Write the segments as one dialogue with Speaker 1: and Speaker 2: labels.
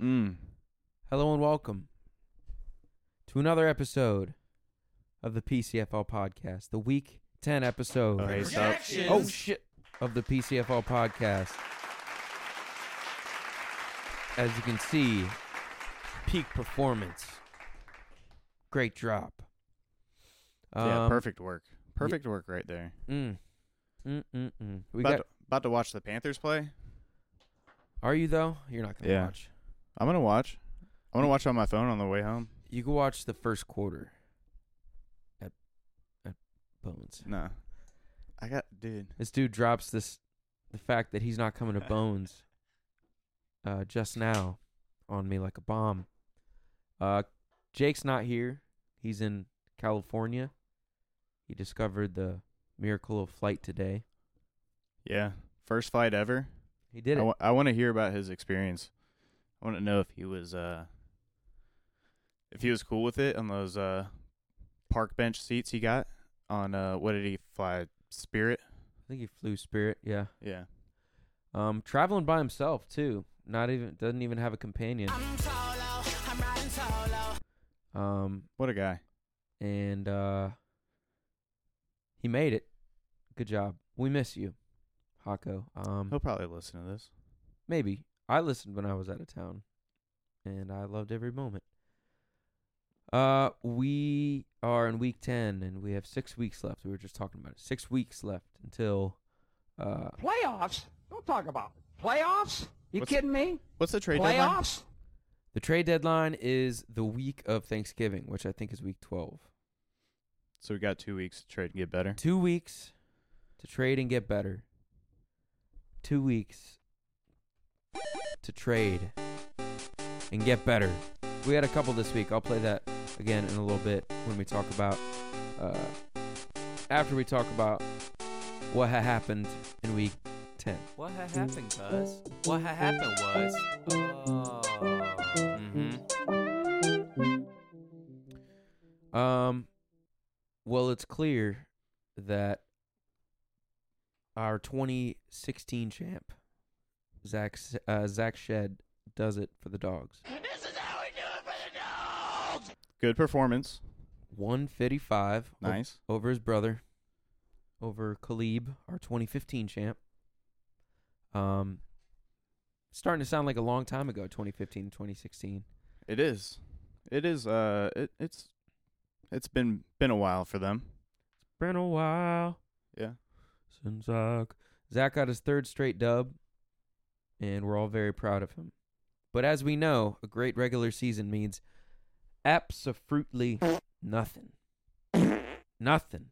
Speaker 1: Mm.
Speaker 2: Hello and welcome to another episode of the PCFL podcast, the week 10 episode.
Speaker 1: Okay,
Speaker 3: Right.
Speaker 1: stop.
Speaker 3: Projections.
Speaker 2: Oh, shit. Of the PCFL podcast. As you can see, peak performance. Great drop.
Speaker 1: yeah,
Speaker 2: Um,
Speaker 1: perfect work. Perfect work right there.
Speaker 2: Mm, mm, mm, mm. We
Speaker 1: about,
Speaker 2: got.
Speaker 1: to, about to watch the Panthers play.
Speaker 2: Are you though? You're not gonna
Speaker 1: Yeah.
Speaker 2: watch.
Speaker 1: I'm gonna watch. I'm gonna watch on my phone on the way home.
Speaker 2: You can watch the first quarter. At, at Bones.
Speaker 1: No, I got dude.
Speaker 2: This dude drops this, the fact that he's not coming to Bones. Uh, just now, on me like a bomb. Uh, Jake's not here. He's in California. He discovered the miracle of flight today.
Speaker 1: Yeah, first flight ever.
Speaker 2: He did it.
Speaker 1: I, wa- I want to hear about his experience. I want to know if he was uh if he was cool with it on those uh park bench seats he got on uh what did he fly Spirit?
Speaker 2: I think he flew Spirit. Yeah.
Speaker 1: Yeah.
Speaker 2: Um, traveling by himself too. Not even doesn't even have a companion. Um,
Speaker 1: What a guy.
Speaker 2: and uh, he made it. Good job. We miss you, Hako. Um,
Speaker 1: He'll probably listen to this.
Speaker 2: maybe I listened when I was out of town, and I loved every moment. Uh, we are in week ten, and we have six weeks left. We were just talking about it. Six weeks left until uh
Speaker 3: Playoffs? Don't talk about it. playoffs. You
Speaker 1: What's-
Speaker 3: kidding me?
Speaker 1: What's the trade deadline?
Speaker 3: Playoffs?
Speaker 2: the trade deadline is the week of Thanksgiving, which I think is week twelve.
Speaker 1: So we got two weeks to trade and get better.
Speaker 2: Two weeks to trade and get better. Two weeks to trade and get better. We had a couple this week. I'll play that again in a little bit when we talk about. Uh, after we talk about what ha- happened in week 10.
Speaker 4: What ha happened, cuz? What ha happened was. Oh. Mm-hmm.
Speaker 2: Um, well, it's clear that our 2016 champ, Zach S- uh, Zach Shed, does it for the dogs.
Speaker 1: Good performance.
Speaker 2: 155 o-
Speaker 1: Nice.
Speaker 2: over his brother, over Khalib, our 2015 champ. Um, starting to sound like a long time ago, 2015, 2016.
Speaker 1: It is. It is uh it, it's it's been been a while for them.
Speaker 2: Been a while.
Speaker 1: Yeah.
Speaker 2: since Zach. Zach got his third straight dub, and we're all very proud of him. But as we know, a great regular season means absolutely nothing. nothing.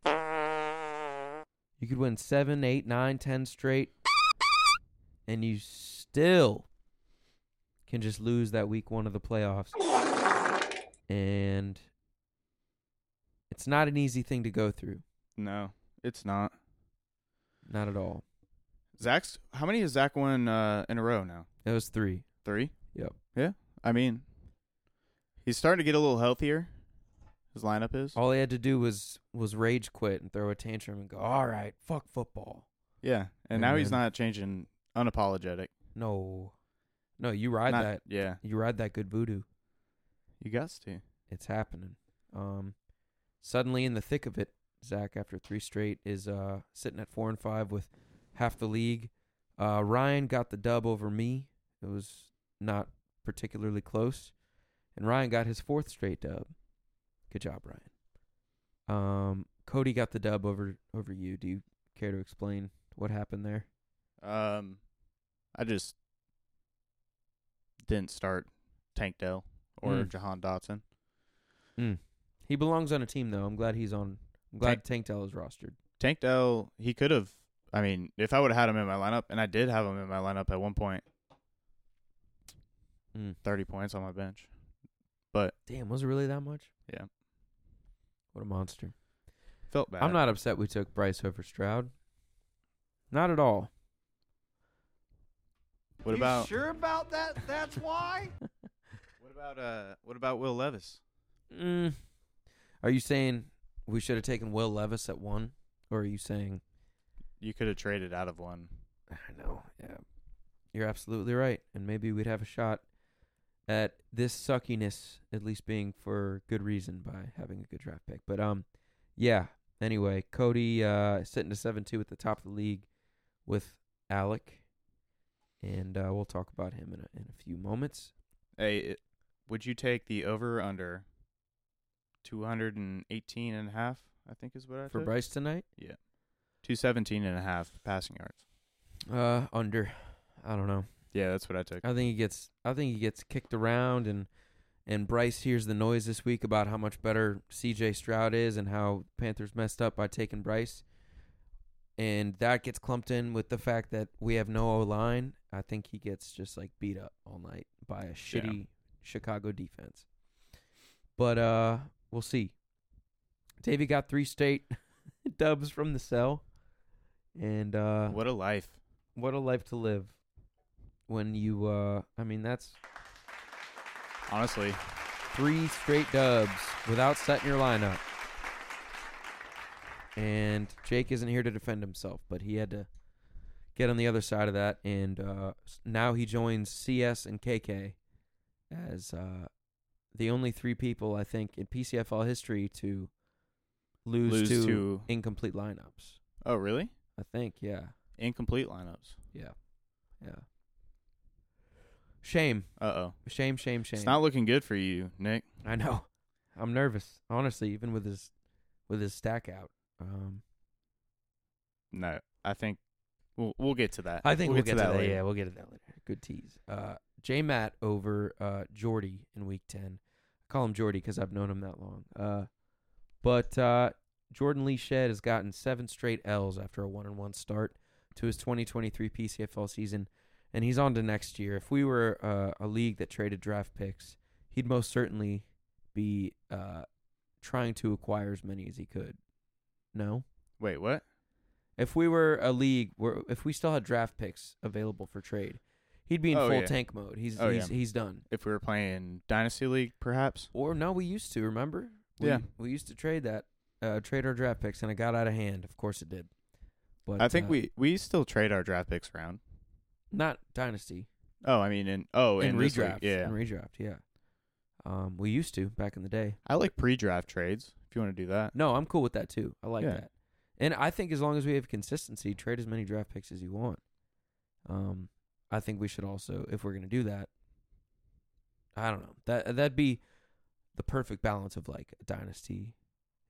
Speaker 2: You could win seven, eight, nine, ten straight, and you still can just lose that week one of the playoffs. And it's not an easy thing to go through.
Speaker 1: No, it's not.
Speaker 2: Not at all.
Speaker 1: Zach's how many has Zach won uh in a row now?
Speaker 2: That was three.
Speaker 1: Three?
Speaker 2: Yep.
Speaker 1: Yeah. I mean he's starting to get a little healthier. His lineup is.
Speaker 2: All he had to do was was rage quit and throw a tantrum and go, "All right, fuck football."
Speaker 1: Yeah. And now he's
Speaker 2: Amen.
Speaker 1: not changing unapologetic.
Speaker 2: No, no, you ride
Speaker 1: Not-
Speaker 2: that,
Speaker 1: Yeah.
Speaker 2: you ride that good voodoo.
Speaker 1: You got to.
Speaker 2: It's happening. Um, suddenly in the thick of it, Zach, after three straight, is uh sitting at four and five with half the league. Uh, Ryan got the dub over me. It was not particularly close, and Ryan got his fourth straight dub. Good job, Ryan. Um, Cody got the dub over over you. Do you care to explain what happened there?
Speaker 1: Um I just didn't start Tank Dell or
Speaker 2: Mm.
Speaker 1: Jahan Dotson.
Speaker 2: He belongs on a team though. I'm glad he's on. I'm glad Tank Dell is rostered.
Speaker 1: Tank Dell, he could have. I mean, if I would have had him in my lineup, and I did have him in my lineup at one point,
Speaker 2: Mm.
Speaker 1: 30 points on my bench.
Speaker 2: Damn, was it really that much?
Speaker 1: Yeah.
Speaker 2: What a monster.
Speaker 1: Felt bad.
Speaker 2: I'm not upset we took Bryce over Stroud. Not at all.
Speaker 1: What about
Speaker 3: sure about that? That's why.
Speaker 1: what about uh what about Will Levis?
Speaker 2: Mm. Are you saying we should have taken Will Levis at one, or are you saying?
Speaker 1: You could have traded out of one.
Speaker 2: I know. Yeah, you're absolutely right, and maybe we'd have a shot at this suckiness, at least being for good reason by having a good draft pick. But um, yeah. Anyway, Cody uh, sitting to seven two at the top of the league with Alec, and uh, we'll talk about him in a, in a few moments.
Speaker 1: Hey, it, would you take the over or under 218 and a half? I think is what I
Speaker 2: For
Speaker 1: took.
Speaker 2: Bryce tonight,
Speaker 1: 217 and a half passing yards.
Speaker 2: uh, under. I don't know.
Speaker 1: Yeah, that's what I took.
Speaker 2: I think he gets I think he gets kicked around and and Bryce hears the noise this week about how much better CJ Stroud is and how Panthers messed up by taking Bryce. And that gets clumped in with the fact that we have no O line. I think he gets just like beat up all night by a shitty Chicago defense. But uh we'll see. Davey got three state dubs from the cell. And uh
Speaker 1: what a life.
Speaker 2: what a life to live when you uh i mean that's
Speaker 1: Honestly,
Speaker 2: three straight dubs without setting your lineup and jake isn't here to defend himself but he had to get on the other side of that and uh s- now he joins cs and kk as uh the only three people i think in pcfl history to lose,
Speaker 1: lose
Speaker 2: to
Speaker 1: to.
Speaker 2: incomplete lineups
Speaker 1: Oh, really?
Speaker 2: i think yeah
Speaker 1: Incomplete lineups.
Speaker 2: yeah yeah shame
Speaker 1: Uh oh.
Speaker 2: Shame, shame, shame.
Speaker 1: It's not looking good for you, Nick.
Speaker 2: I know. I'm nervous, honestly, even with his with his stack out. Um,
Speaker 1: No, I think we'll we'll get to that.
Speaker 2: I think we'll, get, to that.
Speaker 1: later.
Speaker 2: yeah, we'll get to that later. Good tease. Uh, J Matt over uh Jordy in week ten. I call him Jordy because I've known him that long. Uh, but uh, Jordan Lee Shed has gotten seven straight L's after a one and one start to his 2023 PCFL season, and he's on to next year. If we were uh, a league that traded draft picks, he'd most certainly be uh, trying to acquire as many as he could. No.
Speaker 1: Wait, what?
Speaker 2: If we were a league where if we still had draft picks available for trade, he'd be in
Speaker 1: Oh,
Speaker 2: full
Speaker 1: yeah.
Speaker 2: tank mode. He's
Speaker 1: Oh,
Speaker 2: he's
Speaker 1: yeah.
Speaker 2: he's done.
Speaker 1: If we were playing Dynasty League, perhaps.
Speaker 2: Or no, we used to, remember? We,
Speaker 1: Yeah.
Speaker 2: We used to trade that uh trade our draft picks and it got out of hand. Of course it did. But
Speaker 1: I think
Speaker 2: uh,
Speaker 1: we we still trade our draft picks around.
Speaker 2: not dynasty.
Speaker 1: Oh, I mean, in oh,
Speaker 2: in
Speaker 1: in, this league,
Speaker 2: redraft.
Speaker 1: yeah.
Speaker 2: In redraft, yeah. Um we used to back in the day.
Speaker 1: I like pre-draft trades. If you want to do that,
Speaker 2: No, I'm cool with that too. I like
Speaker 1: Yeah.
Speaker 2: that. And I think as long as we have consistency, trade as many draft picks as you want. Um, I think we should also, if we're gonna do that, I don't know. That that'd be the perfect balance of like a dynasty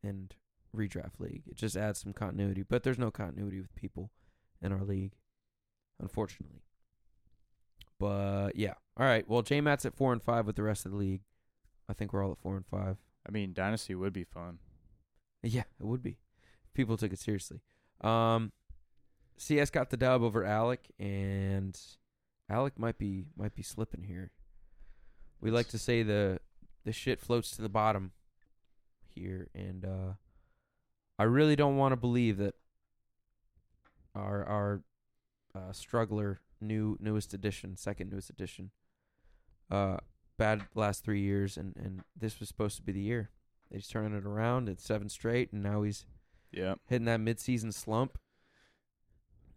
Speaker 2: and redraft league. It just adds some continuity. But there's no continuity with people in our league, unfortunately. But yeah. All right. Well, J Matt's at four and five with the rest of the league. I think we're all at four and five.
Speaker 1: I mean, Dynasty would be fun.
Speaker 2: Yeah, it would be. If people took it seriously. Um, CS got the dub over Alec, and Alec might be might be slipping here. We like to say the the shit floats to the bottom here, and uh, I really don't want to believe that our our uh, struggler new newest edition, second newest edition, uh, bad last three years, and and this was supposed to be the year. He's turning it around. It's seven straight, and now he's
Speaker 1: Yeah,
Speaker 2: hitting that midseason slump.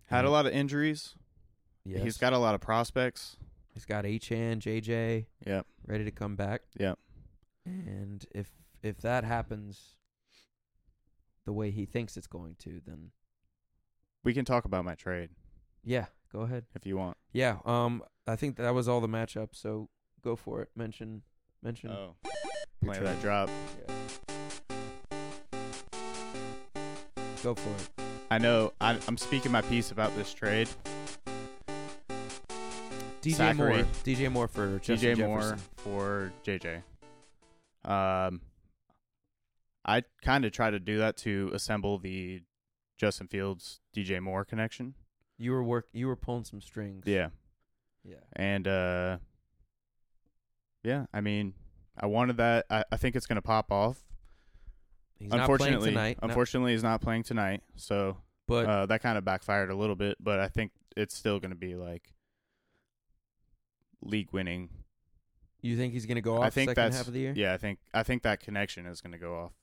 Speaker 1: had a
Speaker 2: And-
Speaker 1: lot of injuries.
Speaker 2: Yes.
Speaker 1: He's got a lot of prospects.
Speaker 2: he's got Achan, JJ
Speaker 1: Yep.
Speaker 2: ready to come back.
Speaker 1: Yep.
Speaker 2: And if if that happens the way he thinks it's going to, then
Speaker 1: We can talk about my trade
Speaker 2: yeah, go ahead.
Speaker 1: if you want.
Speaker 2: Yeah, um I think that was all the matchups, so go for it. Mention mention
Speaker 1: Oh,
Speaker 2: your
Speaker 1: play
Speaker 2: trade.
Speaker 1: that drop.
Speaker 2: Go for it.
Speaker 1: I know. I, I'm speaking my piece about this trade.
Speaker 2: DJ
Speaker 1: Zachary.
Speaker 2: Moore. DJ Moore for Justin
Speaker 1: DJ Moore
Speaker 2: Jefferson.
Speaker 1: for JJ. Um, I kind of try to do that to assemble the Justin Fields DJ Moore connection.
Speaker 2: You were work you were pulling some strings.
Speaker 1: Yeah,
Speaker 2: Yeah.
Speaker 1: and uh, yeah, I mean, I wanted that. I, I think it's gonna pop off.
Speaker 2: He's not
Speaker 1: unfortunately,
Speaker 2: playing tonight. no,
Speaker 1: unfortunately, he's not playing tonight, so
Speaker 2: but
Speaker 1: uh, that kind of backfired a little bit. But I think it's still gonna be like league winning.
Speaker 2: You think he's going to go off
Speaker 1: I think
Speaker 2: second
Speaker 1: that's
Speaker 2: half of the year?
Speaker 1: yeah. I think I think that connection is going to go off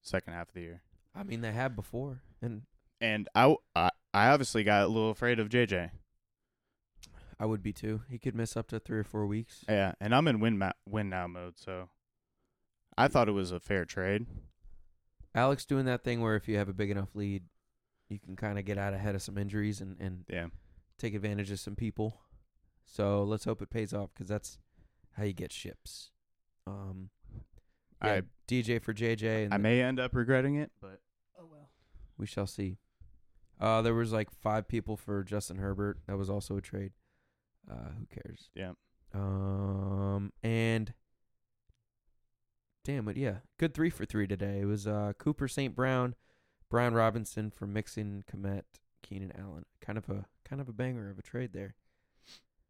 Speaker 1: second half of the year.
Speaker 2: I mean, they have before, and
Speaker 1: And I, w- I I obviously got a little afraid of JJ.
Speaker 2: I would be too. He could miss up to three or four weeks.
Speaker 1: Yeah, and I'm in win ma- win now mode, so I thought it was a fair trade.
Speaker 2: Alex doing that thing where if you have a big enough lead, you can kind of get out ahead of some injuries and, and
Speaker 1: Yeah.
Speaker 2: take advantage of some people. So let's hope it pays off because that's how you get ships. Um, yeah,
Speaker 1: I
Speaker 2: DJ for JJ, and
Speaker 1: I may end up regretting it, but
Speaker 2: we shall see. Uh, there was like five people for Justin Herbert. That was also a trade. Uh, who cares?
Speaker 1: Yeah.
Speaker 2: Um, and damn it, yeah, good three for three today. It was uh Cooper St. Brown, Brian Robinson for Mixon, Komet, Keenan Allen. Kind of a kind of a banger of a trade there.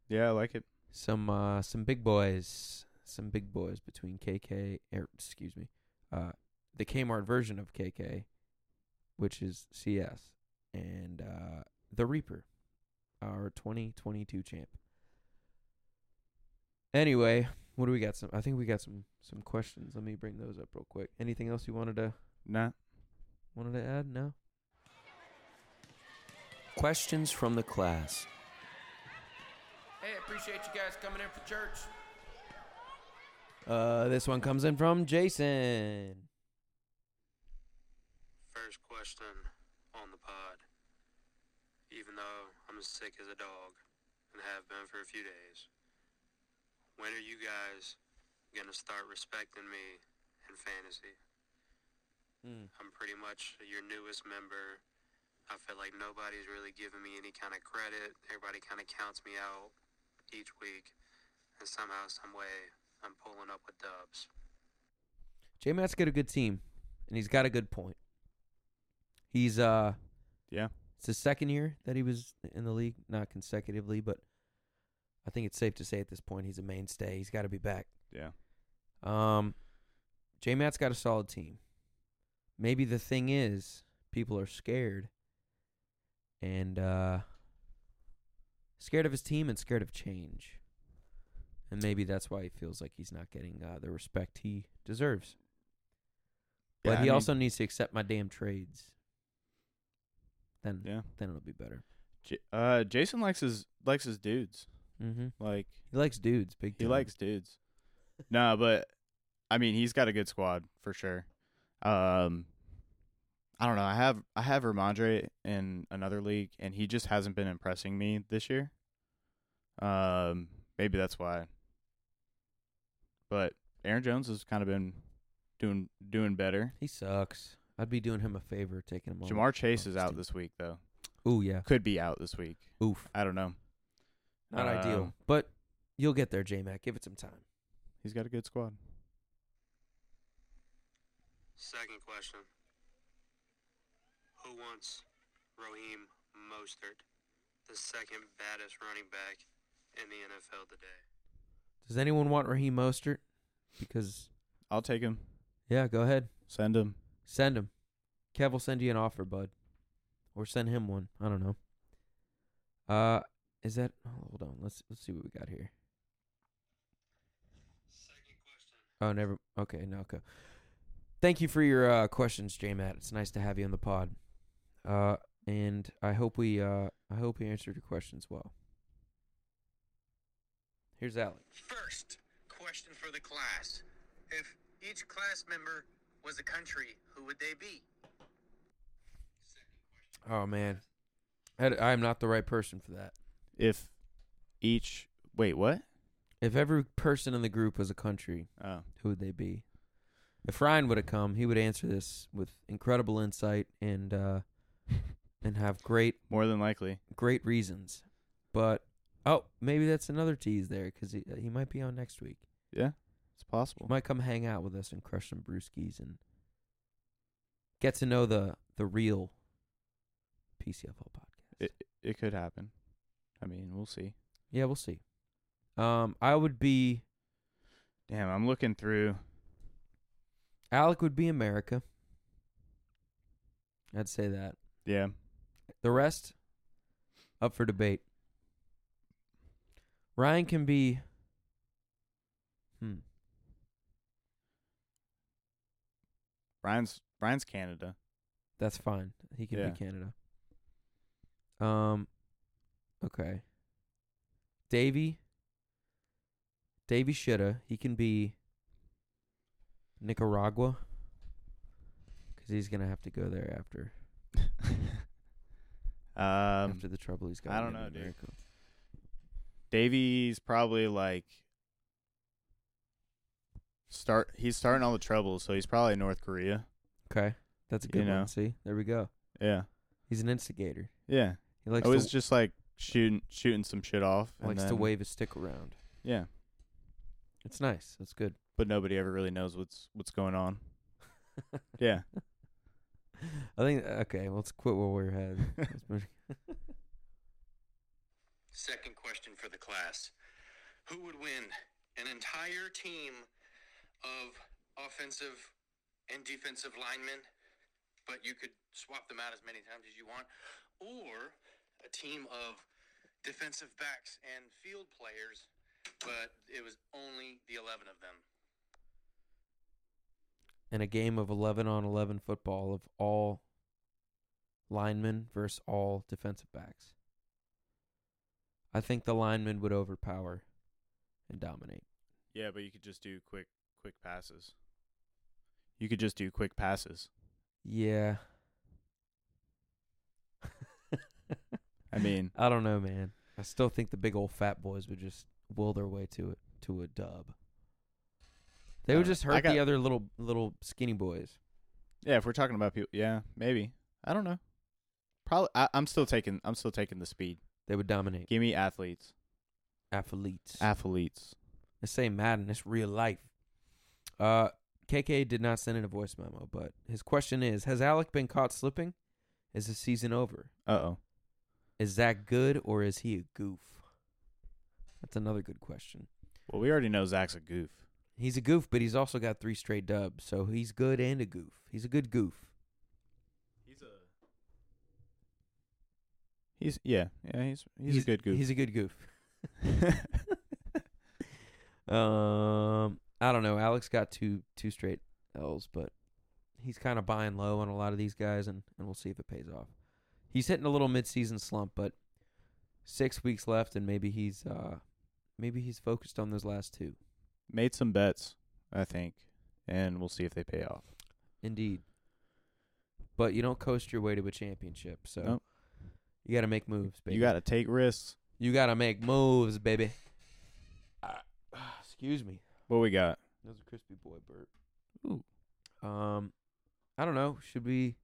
Speaker 1: yeah, I like it.
Speaker 2: some uh some big boys some big boys between KK er, excuse me uh the Kmart version of KK which is CS and uh the Reaper our 2022 champ anyway what do we got some I think we got some some questions let me bring those up real quick anything else you wanted to
Speaker 1: Nah.
Speaker 2: wanted to add no
Speaker 4: Questions from the class.
Speaker 2: Hey, appreciate you guys coming in for church. Uh, this one comes in from Jason.
Speaker 5: First question on the pod. Even though I'm as sick as a dog and have been for a few days, when are you guys going to start respecting me in fantasy?
Speaker 2: Hmm.
Speaker 5: I'm pretty much your newest member. I feel like nobody's really giving me any kind of credit. Everybody kind of counts me out each week. And somehow, some way, I'm pulling up with dubs.
Speaker 2: J Matt's got a good team, and he's got a good point. He's uh,
Speaker 1: Yeah.
Speaker 2: it's the second year that he was in the league, not consecutively, but I think it's safe to say at this point he's a mainstay. He's got to be back.
Speaker 1: Yeah.
Speaker 2: Um, J Matt's got a solid team. Maybe the thing is, people are scared and uh, scared of his team and scared of change. And maybe that's why he feels like he's not getting uh, the respect he deserves. But
Speaker 1: Yeah, I
Speaker 2: he
Speaker 1: mean-
Speaker 2: also needs to accept my damn trades. Then,
Speaker 1: Yeah.
Speaker 2: then it'll be better.
Speaker 1: J- uh Jason likes his likes his dudes.
Speaker 2: Mm-hmm.
Speaker 1: Like
Speaker 2: He likes dudes, big.
Speaker 1: he
Speaker 2: time.
Speaker 1: likes dudes. nah, but I mean, he's got a good squad for sure. Um I don't know. I have I have Ramondre in another league and he just hasn't been impressing me this year. Um maybe that's why. But Aaron Jones has kind of been doing doing better.
Speaker 2: He sucks. I'd be doing him a favor taking him. off.
Speaker 1: Jamar Chase
Speaker 2: oh,
Speaker 1: is out
Speaker 2: Steve.
Speaker 1: this week though.
Speaker 2: Ooh yeah.
Speaker 1: Could be out this week.
Speaker 2: Oof.
Speaker 1: I don't know.
Speaker 2: Not
Speaker 1: Um,
Speaker 2: ideal, but you'll get there, J Mac. Give it some time.
Speaker 1: He's got a good squad.
Speaker 5: Second question. Who wants Raheem Mostert, the second baddest running back in the NFL today?
Speaker 2: Does anyone want Raheem Mostert? Because
Speaker 1: I'll take him.
Speaker 2: yeah, go ahead,
Speaker 1: Send him.
Speaker 2: send him. Kev will send you an offer, bud, or send him one. I don't know. Uh, is that? Hold on. Let's let's see what we got here.
Speaker 5: Second question.
Speaker 2: Oh, never. Okay, no. Okay. Thank you for your uh, questions, J Matt. It's nice to have you on the pod, uh, and I hope we uh, I hope we answered your questions well. Here's Alex.
Speaker 5: First question for the class. If each class member was a country, who would they be?
Speaker 2: Oh man, I, I'm not the right person for that.
Speaker 1: If each wait, what?
Speaker 2: If every person in the group was a country,
Speaker 1: Oh.
Speaker 2: who would they be? If Ryan would have come, he would answer this with incredible insight and uh, and have great
Speaker 1: More than likely.
Speaker 2: great reasons. But oh, maybe that's another tease there because he he might be on next week.
Speaker 1: Yeah. It's
Speaker 2: He
Speaker 1: possible.
Speaker 2: might come hang out with us and crush some brewskis and get to know the the real PCFL podcast.
Speaker 1: It it could happen. I mean, we'll see.
Speaker 2: yeah, we'll see. Um, I would be.
Speaker 1: Damn, I'm looking through.
Speaker 2: Alec would be America. I'd say that.
Speaker 1: Yeah.
Speaker 2: The rest, up for debate. Ryan can be. Hmm.
Speaker 1: Brian's Brian's Canada.
Speaker 2: That's fine. He can
Speaker 1: Yeah.
Speaker 2: be Canada. Um. Okay. Davy. Davy Shitta. He can be Nicaragua because he's gonna have to go there after
Speaker 1: Um,
Speaker 2: after the trouble he's got.
Speaker 1: I don't know, dude. Davy's probably like start. He's starting all the trouble, so he's probably North Korea.
Speaker 2: Okay, that's a
Speaker 1: You
Speaker 2: good
Speaker 1: know.
Speaker 2: one. See, there we go.
Speaker 1: Yeah,
Speaker 2: He's an instigator.
Speaker 1: yeah.
Speaker 2: He likes
Speaker 1: I was
Speaker 2: to
Speaker 1: just like shooting shooting some shit off. and
Speaker 2: likes to
Speaker 1: then-
Speaker 2: wave his stick around.
Speaker 1: Yeah,
Speaker 2: It's nice. That's good.
Speaker 1: but nobody ever really knows what's what's going on. yeah,
Speaker 2: I think okay. Let's quit while we're ahead. That's pretty-
Speaker 5: Second question for the class Who would win an entire team of offensive and defensive linemen, but you could swap them out as many times as you want, or a team of defensive backs and field players, but it was only the 11 of them?
Speaker 2: and a game of 11 on 11 football of all linemen versus all defensive backs. I think the linemen would overpower and dominate.
Speaker 1: yeah. But you could just do quick quick passes. You could just do quick passes.
Speaker 2: Yeah.
Speaker 1: I mean,
Speaker 2: I don't know, man. I still think the big old fat boys would just will their way to it to a dub. They
Speaker 1: I
Speaker 2: would
Speaker 1: don't-
Speaker 2: just
Speaker 1: I
Speaker 2: hurt
Speaker 1: got-
Speaker 2: the other little little skinny boys.
Speaker 1: yeah. If we're talking about people, yeah, maybe. I don't know. Probably. I, I'm still taking. I'm still taking the speed.
Speaker 2: They would dominate.
Speaker 1: Give me athletes.
Speaker 2: Athletes.
Speaker 1: Athletes.
Speaker 2: This say Madden. It's real life. Uh, KK did not send in a voice memo, but his question is: Has Alec been caught slipping? Is the season over?
Speaker 1: Uh oh.
Speaker 2: Is that good or is he a goof? That's another good question.
Speaker 1: Well, we already know Zach's a goof.
Speaker 2: He's a goof, but he's also got three straight dubs, so he's good and a goof. He's a good goof.
Speaker 1: He's a. He's yeah yeah he's he's, a good goof.
Speaker 2: He's a good goof. um, I don't know. Alex got two two straight L's, but he's kind of buying low on a lot of these guys, and and we'll see if it pays off. He's hitting a little midseason slump, but six weeks left, and maybe he's uh maybe he's focused on those last two.
Speaker 1: Made some bets, I think, and we'll see if they pay off.
Speaker 2: Indeed. But you don't coast your way to a championship, so
Speaker 1: Nope.
Speaker 2: you got to make moves, baby.
Speaker 1: You got to take risks.
Speaker 2: you got to make moves, baby. excuse me.
Speaker 1: What we got?
Speaker 2: That was a crispy boy burp. Ooh. Um, I don't know. Should we?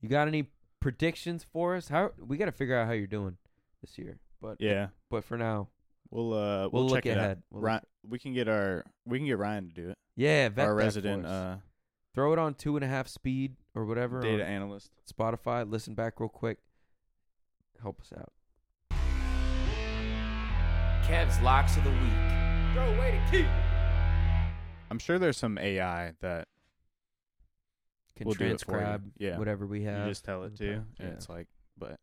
Speaker 2: You got any predictions for us? How we got to figure out how you're doing this year. But
Speaker 1: Yeah,
Speaker 2: But for now,
Speaker 1: we'll uh
Speaker 2: we'll,
Speaker 1: we'll,
Speaker 2: look
Speaker 1: check it out.
Speaker 2: ahead. We'll look-
Speaker 1: Ryan, we can get our we can get Ryan to do it.
Speaker 2: yeah, vet
Speaker 1: our
Speaker 2: that
Speaker 1: resident
Speaker 2: for us.
Speaker 1: uh
Speaker 2: Throw it on two and a half speed or whatever.
Speaker 1: data
Speaker 2: on
Speaker 1: analyst.
Speaker 2: Spotify. Listen back real quick. Help us out.
Speaker 4: Kev's locks of the week. Throw away the key.
Speaker 1: I'm sure there's some AI that
Speaker 2: Can
Speaker 1: We'll do it for you.
Speaker 2: transcribe
Speaker 1: Yeah.
Speaker 2: whatever we have.
Speaker 1: you just tell it
Speaker 2: Okay,
Speaker 1: to, and
Speaker 2: yeah.
Speaker 1: it's like, but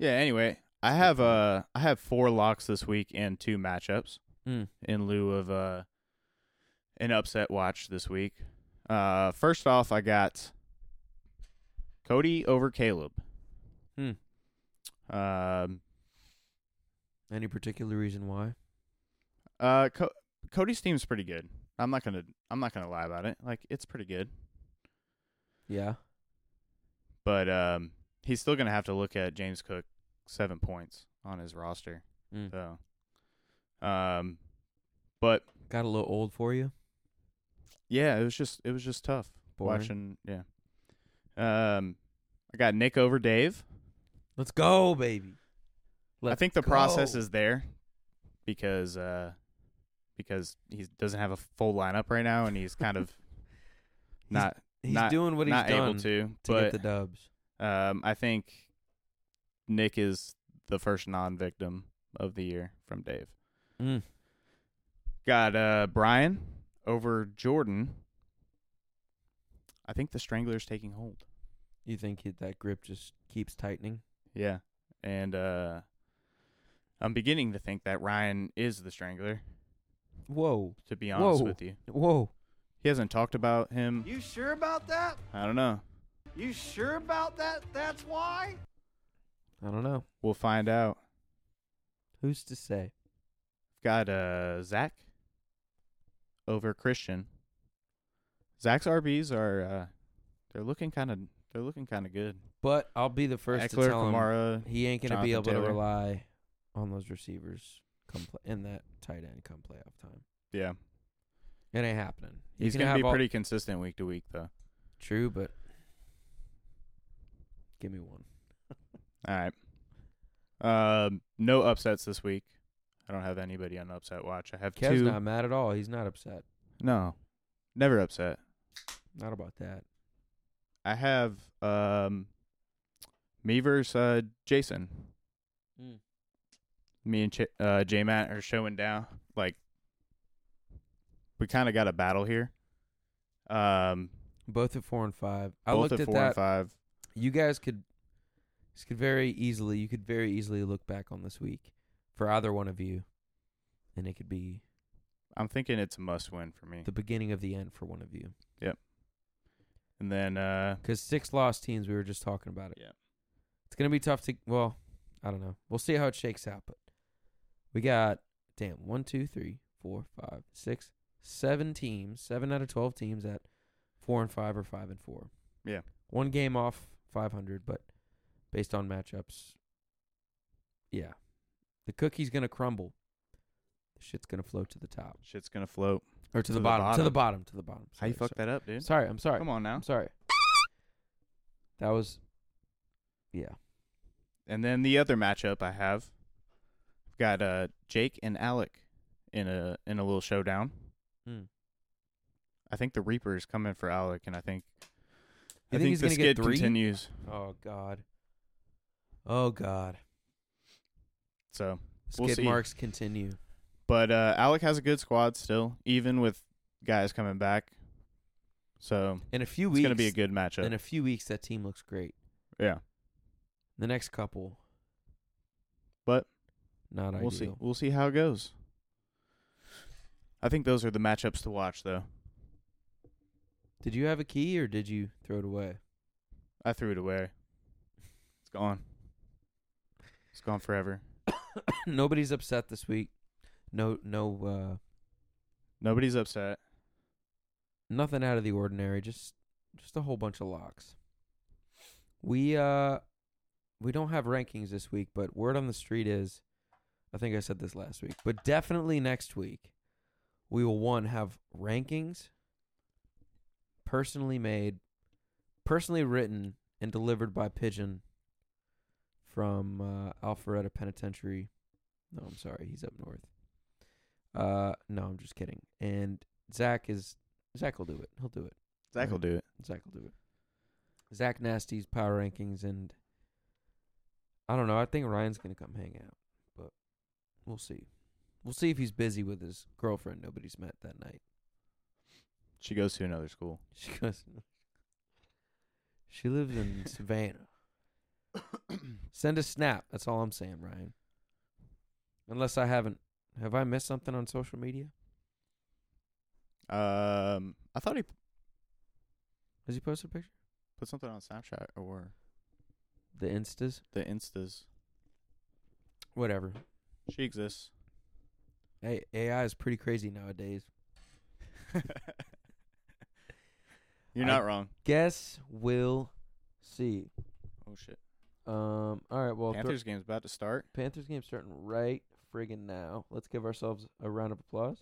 Speaker 1: yeah. Anyway, I have uh I have four locks this week and two matchups.
Speaker 2: Mm.
Speaker 1: in lieu of uh, an upset watch this week. Uh, first off, I got Cody over Caleb.
Speaker 2: Hmm.
Speaker 1: Um,
Speaker 2: Any particular reason why?
Speaker 1: uh, Co- Cody's team's pretty good. I'm not gonna I'm not gonna lie about it. Like it's pretty good,
Speaker 2: Yeah.
Speaker 1: but um, he's still gonna have to look at James Cook seven points on his roster.
Speaker 2: Mm.
Speaker 1: So, um, but
Speaker 2: Got a little old for you.
Speaker 1: Yeah, it was just it was just tough
Speaker 2: Boring.
Speaker 1: watching. Yeah, um, I got Nick over Dave.
Speaker 2: Let's go, baby.
Speaker 1: I
Speaker 2: Let's
Speaker 1: think the process
Speaker 2: go.
Speaker 1: is there because uh, because he doesn't have a full lineup right now, and he's kind of not
Speaker 2: He's
Speaker 1: not-
Speaker 2: doing what he's
Speaker 1: not
Speaker 2: done
Speaker 1: able to.
Speaker 2: to get
Speaker 1: But
Speaker 2: the dubs.
Speaker 1: um, I think Nick is the first non-victim of the year from Dave.
Speaker 2: Mm.
Speaker 1: Got uh Brian over Jordan. I think the Strangler's taking hold.
Speaker 2: You think he- that grip just keeps tightening?
Speaker 1: Yeah. And uh I'm beginning to think that Ryan is the strangler,
Speaker 2: Whoa,
Speaker 1: to be honest
Speaker 2: Whoa.
Speaker 1: with you.
Speaker 2: whoa!
Speaker 1: He hasn't talked about him.
Speaker 3: You sure about that?
Speaker 1: I don't know.
Speaker 3: You sure about that? That's why?
Speaker 2: I don't know.
Speaker 1: We'll find out.
Speaker 2: Who's to say?
Speaker 1: got uh Zach over Christian. Zach's RBs are uh they're looking kind of they're looking kind of good.
Speaker 2: But I'll be the first
Speaker 1: Eckler,
Speaker 2: to tell him
Speaker 1: Kamara,
Speaker 2: he ain't gonna be able
Speaker 1: Jonathan
Speaker 2: to
Speaker 1: Taylor.
Speaker 2: rely on those receivers come play, in that tight end come playoff time.
Speaker 1: yeah,
Speaker 2: It ain't happening.
Speaker 1: he's
Speaker 2: gonna
Speaker 1: gonna be
Speaker 2: have all-
Speaker 1: pretty consistent week to week though.
Speaker 2: true, but give me one.
Speaker 1: All right. Um, no upsets this week. I don't have anybody on upset watch. I have
Speaker 2: Kev's
Speaker 1: two.
Speaker 2: not mad at all. He's not upset.
Speaker 1: No, never upset.
Speaker 2: Not about that.
Speaker 1: I have um, me versus uh, Jason.
Speaker 2: Mm.
Speaker 1: Me and Ch- uh, J Matt are showing down. Like we kind of got a battle here. Um,
Speaker 2: Both at four and five. I
Speaker 1: both
Speaker 2: looked
Speaker 1: at
Speaker 2: at
Speaker 1: four
Speaker 2: that.
Speaker 1: and five.
Speaker 2: You guys could this could very easily you could very easily look back on this week for either one of you. And it could be
Speaker 1: I'm thinking it's a must win for me.
Speaker 2: the beginning of the end for one of you.
Speaker 1: And then uh,
Speaker 2: Because six lost teams, we were just talking about it.
Speaker 1: Yeah.
Speaker 2: It's gonna be tough to well, I don't know. We'll see how it shakes out, but we got damn one, two, three, four, five, six, seven teams, seven out of twelve teams at four and five or five and four.
Speaker 1: Yeah.
Speaker 2: One game off five hundred, but based on matchups, yeah. The cookie's gonna crumble. The shit's gonna float to the top.
Speaker 1: shit's gonna float.
Speaker 2: Or to,
Speaker 1: To
Speaker 2: the,
Speaker 1: the
Speaker 2: bottom, To the
Speaker 1: bottom.
Speaker 2: bottom. To the bottom.
Speaker 1: How you
Speaker 2: Sorry,
Speaker 1: fuck that up, dude?
Speaker 2: sorry. Sorry, I'm sorry.
Speaker 1: Come on now.
Speaker 2: I'm sorry. That was, yeah.
Speaker 1: And then the other matchup I have, I've got uh Jake and Alec in a in a little showdown. Hmm.
Speaker 2: Mm.
Speaker 1: I think the Reaper is coming for Alec, and I think
Speaker 2: You
Speaker 1: I
Speaker 2: think he's
Speaker 1: the
Speaker 2: gonna get
Speaker 1: skid
Speaker 2: three?
Speaker 1: continues.
Speaker 2: Oh God. Oh God.
Speaker 1: So, We'll
Speaker 2: Skid
Speaker 1: see.
Speaker 2: marks continue.
Speaker 1: but uh, Alec has a good squad still, even with guys coming back. So
Speaker 2: In a few
Speaker 1: it's
Speaker 2: weeks,
Speaker 1: gonna be a good matchup.
Speaker 2: in a few weeks, that team looks great.
Speaker 1: yeah,
Speaker 2: The next couple,
Speaker 1: But
Speaker 2: not
Speaker 1: we'll see.
Speaker 2: ideal.
Speaker 1: We'll see how it goes. I think those are the matchups to watch, though.
Speaker 2: Did you have a key or did you throw it away?
Speaker 1: I threw it away. It's gone. It's gone forever.
Speaker 2: Nobody's upset this week. No, no, uh,
Speaker 1: Nobody's upset.
Speaker 2: nothing out of the ordinary. Just, just a whole bunch of locks. We uh, we don't have rankings this week, but word on the street is, I think I said this last week, but definitely next week, we will one have rankings, personally made, personally written and delivered by Pigeon. From uh, Alpharetta Penitentiary. No, I'm sorry, he's up north. Uh, no, I'm just kidding. And Zach is Zach will do it. He'll do it.
Speaker 1: Zach will do it.
Speaker 2: Zach will do it. Zach Nasty's power rankings and I don't know. I think Ryan's gonna come hang out, but we'll see. We'll see if he's busy with his girlfriend. Nobody's met that night.
Speaker 1: She goes to another school.
Speaker 2: She goes. She lives in Savannah. Send a snap. That's all I'm saying, Ryan. Unless I haven't, have I missed something on social media?
Speaker 1: Um, I thought he
Speaker 2: Has he posted a picture?
Speaker 1: put something on Snapchat or
Speaker 2: The instas,
Speaker 1: the Instas.
Speaker 2: whatever.
Speaker 1: She exists.
Speaker 2: Hey, AI is pretty crazy nowadays.
Speaker 1: You're
Speaker 2: I-
Speaker 1: not wrong.
Speaker 2: Guess we'll see.
Speaker 1: Oh shit!
Speaker 2: Um. All right. Well, thro-
Speaker 1: Panthers game's about to start.
Speaker 2: Panthers game starting right friggin' now. Let's give ourselves a round of applause,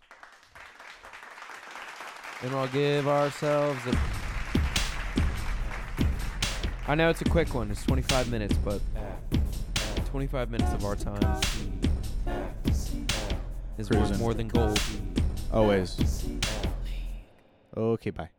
Speaker 2: and we'll give ourselves a. I know it's a quick one. It's 25 minutes, but 25 minutes of our time is worth
Speaker 1: Cruising.
Speaker 2: more than gold.
Speaker 1: Always. Okay, bye.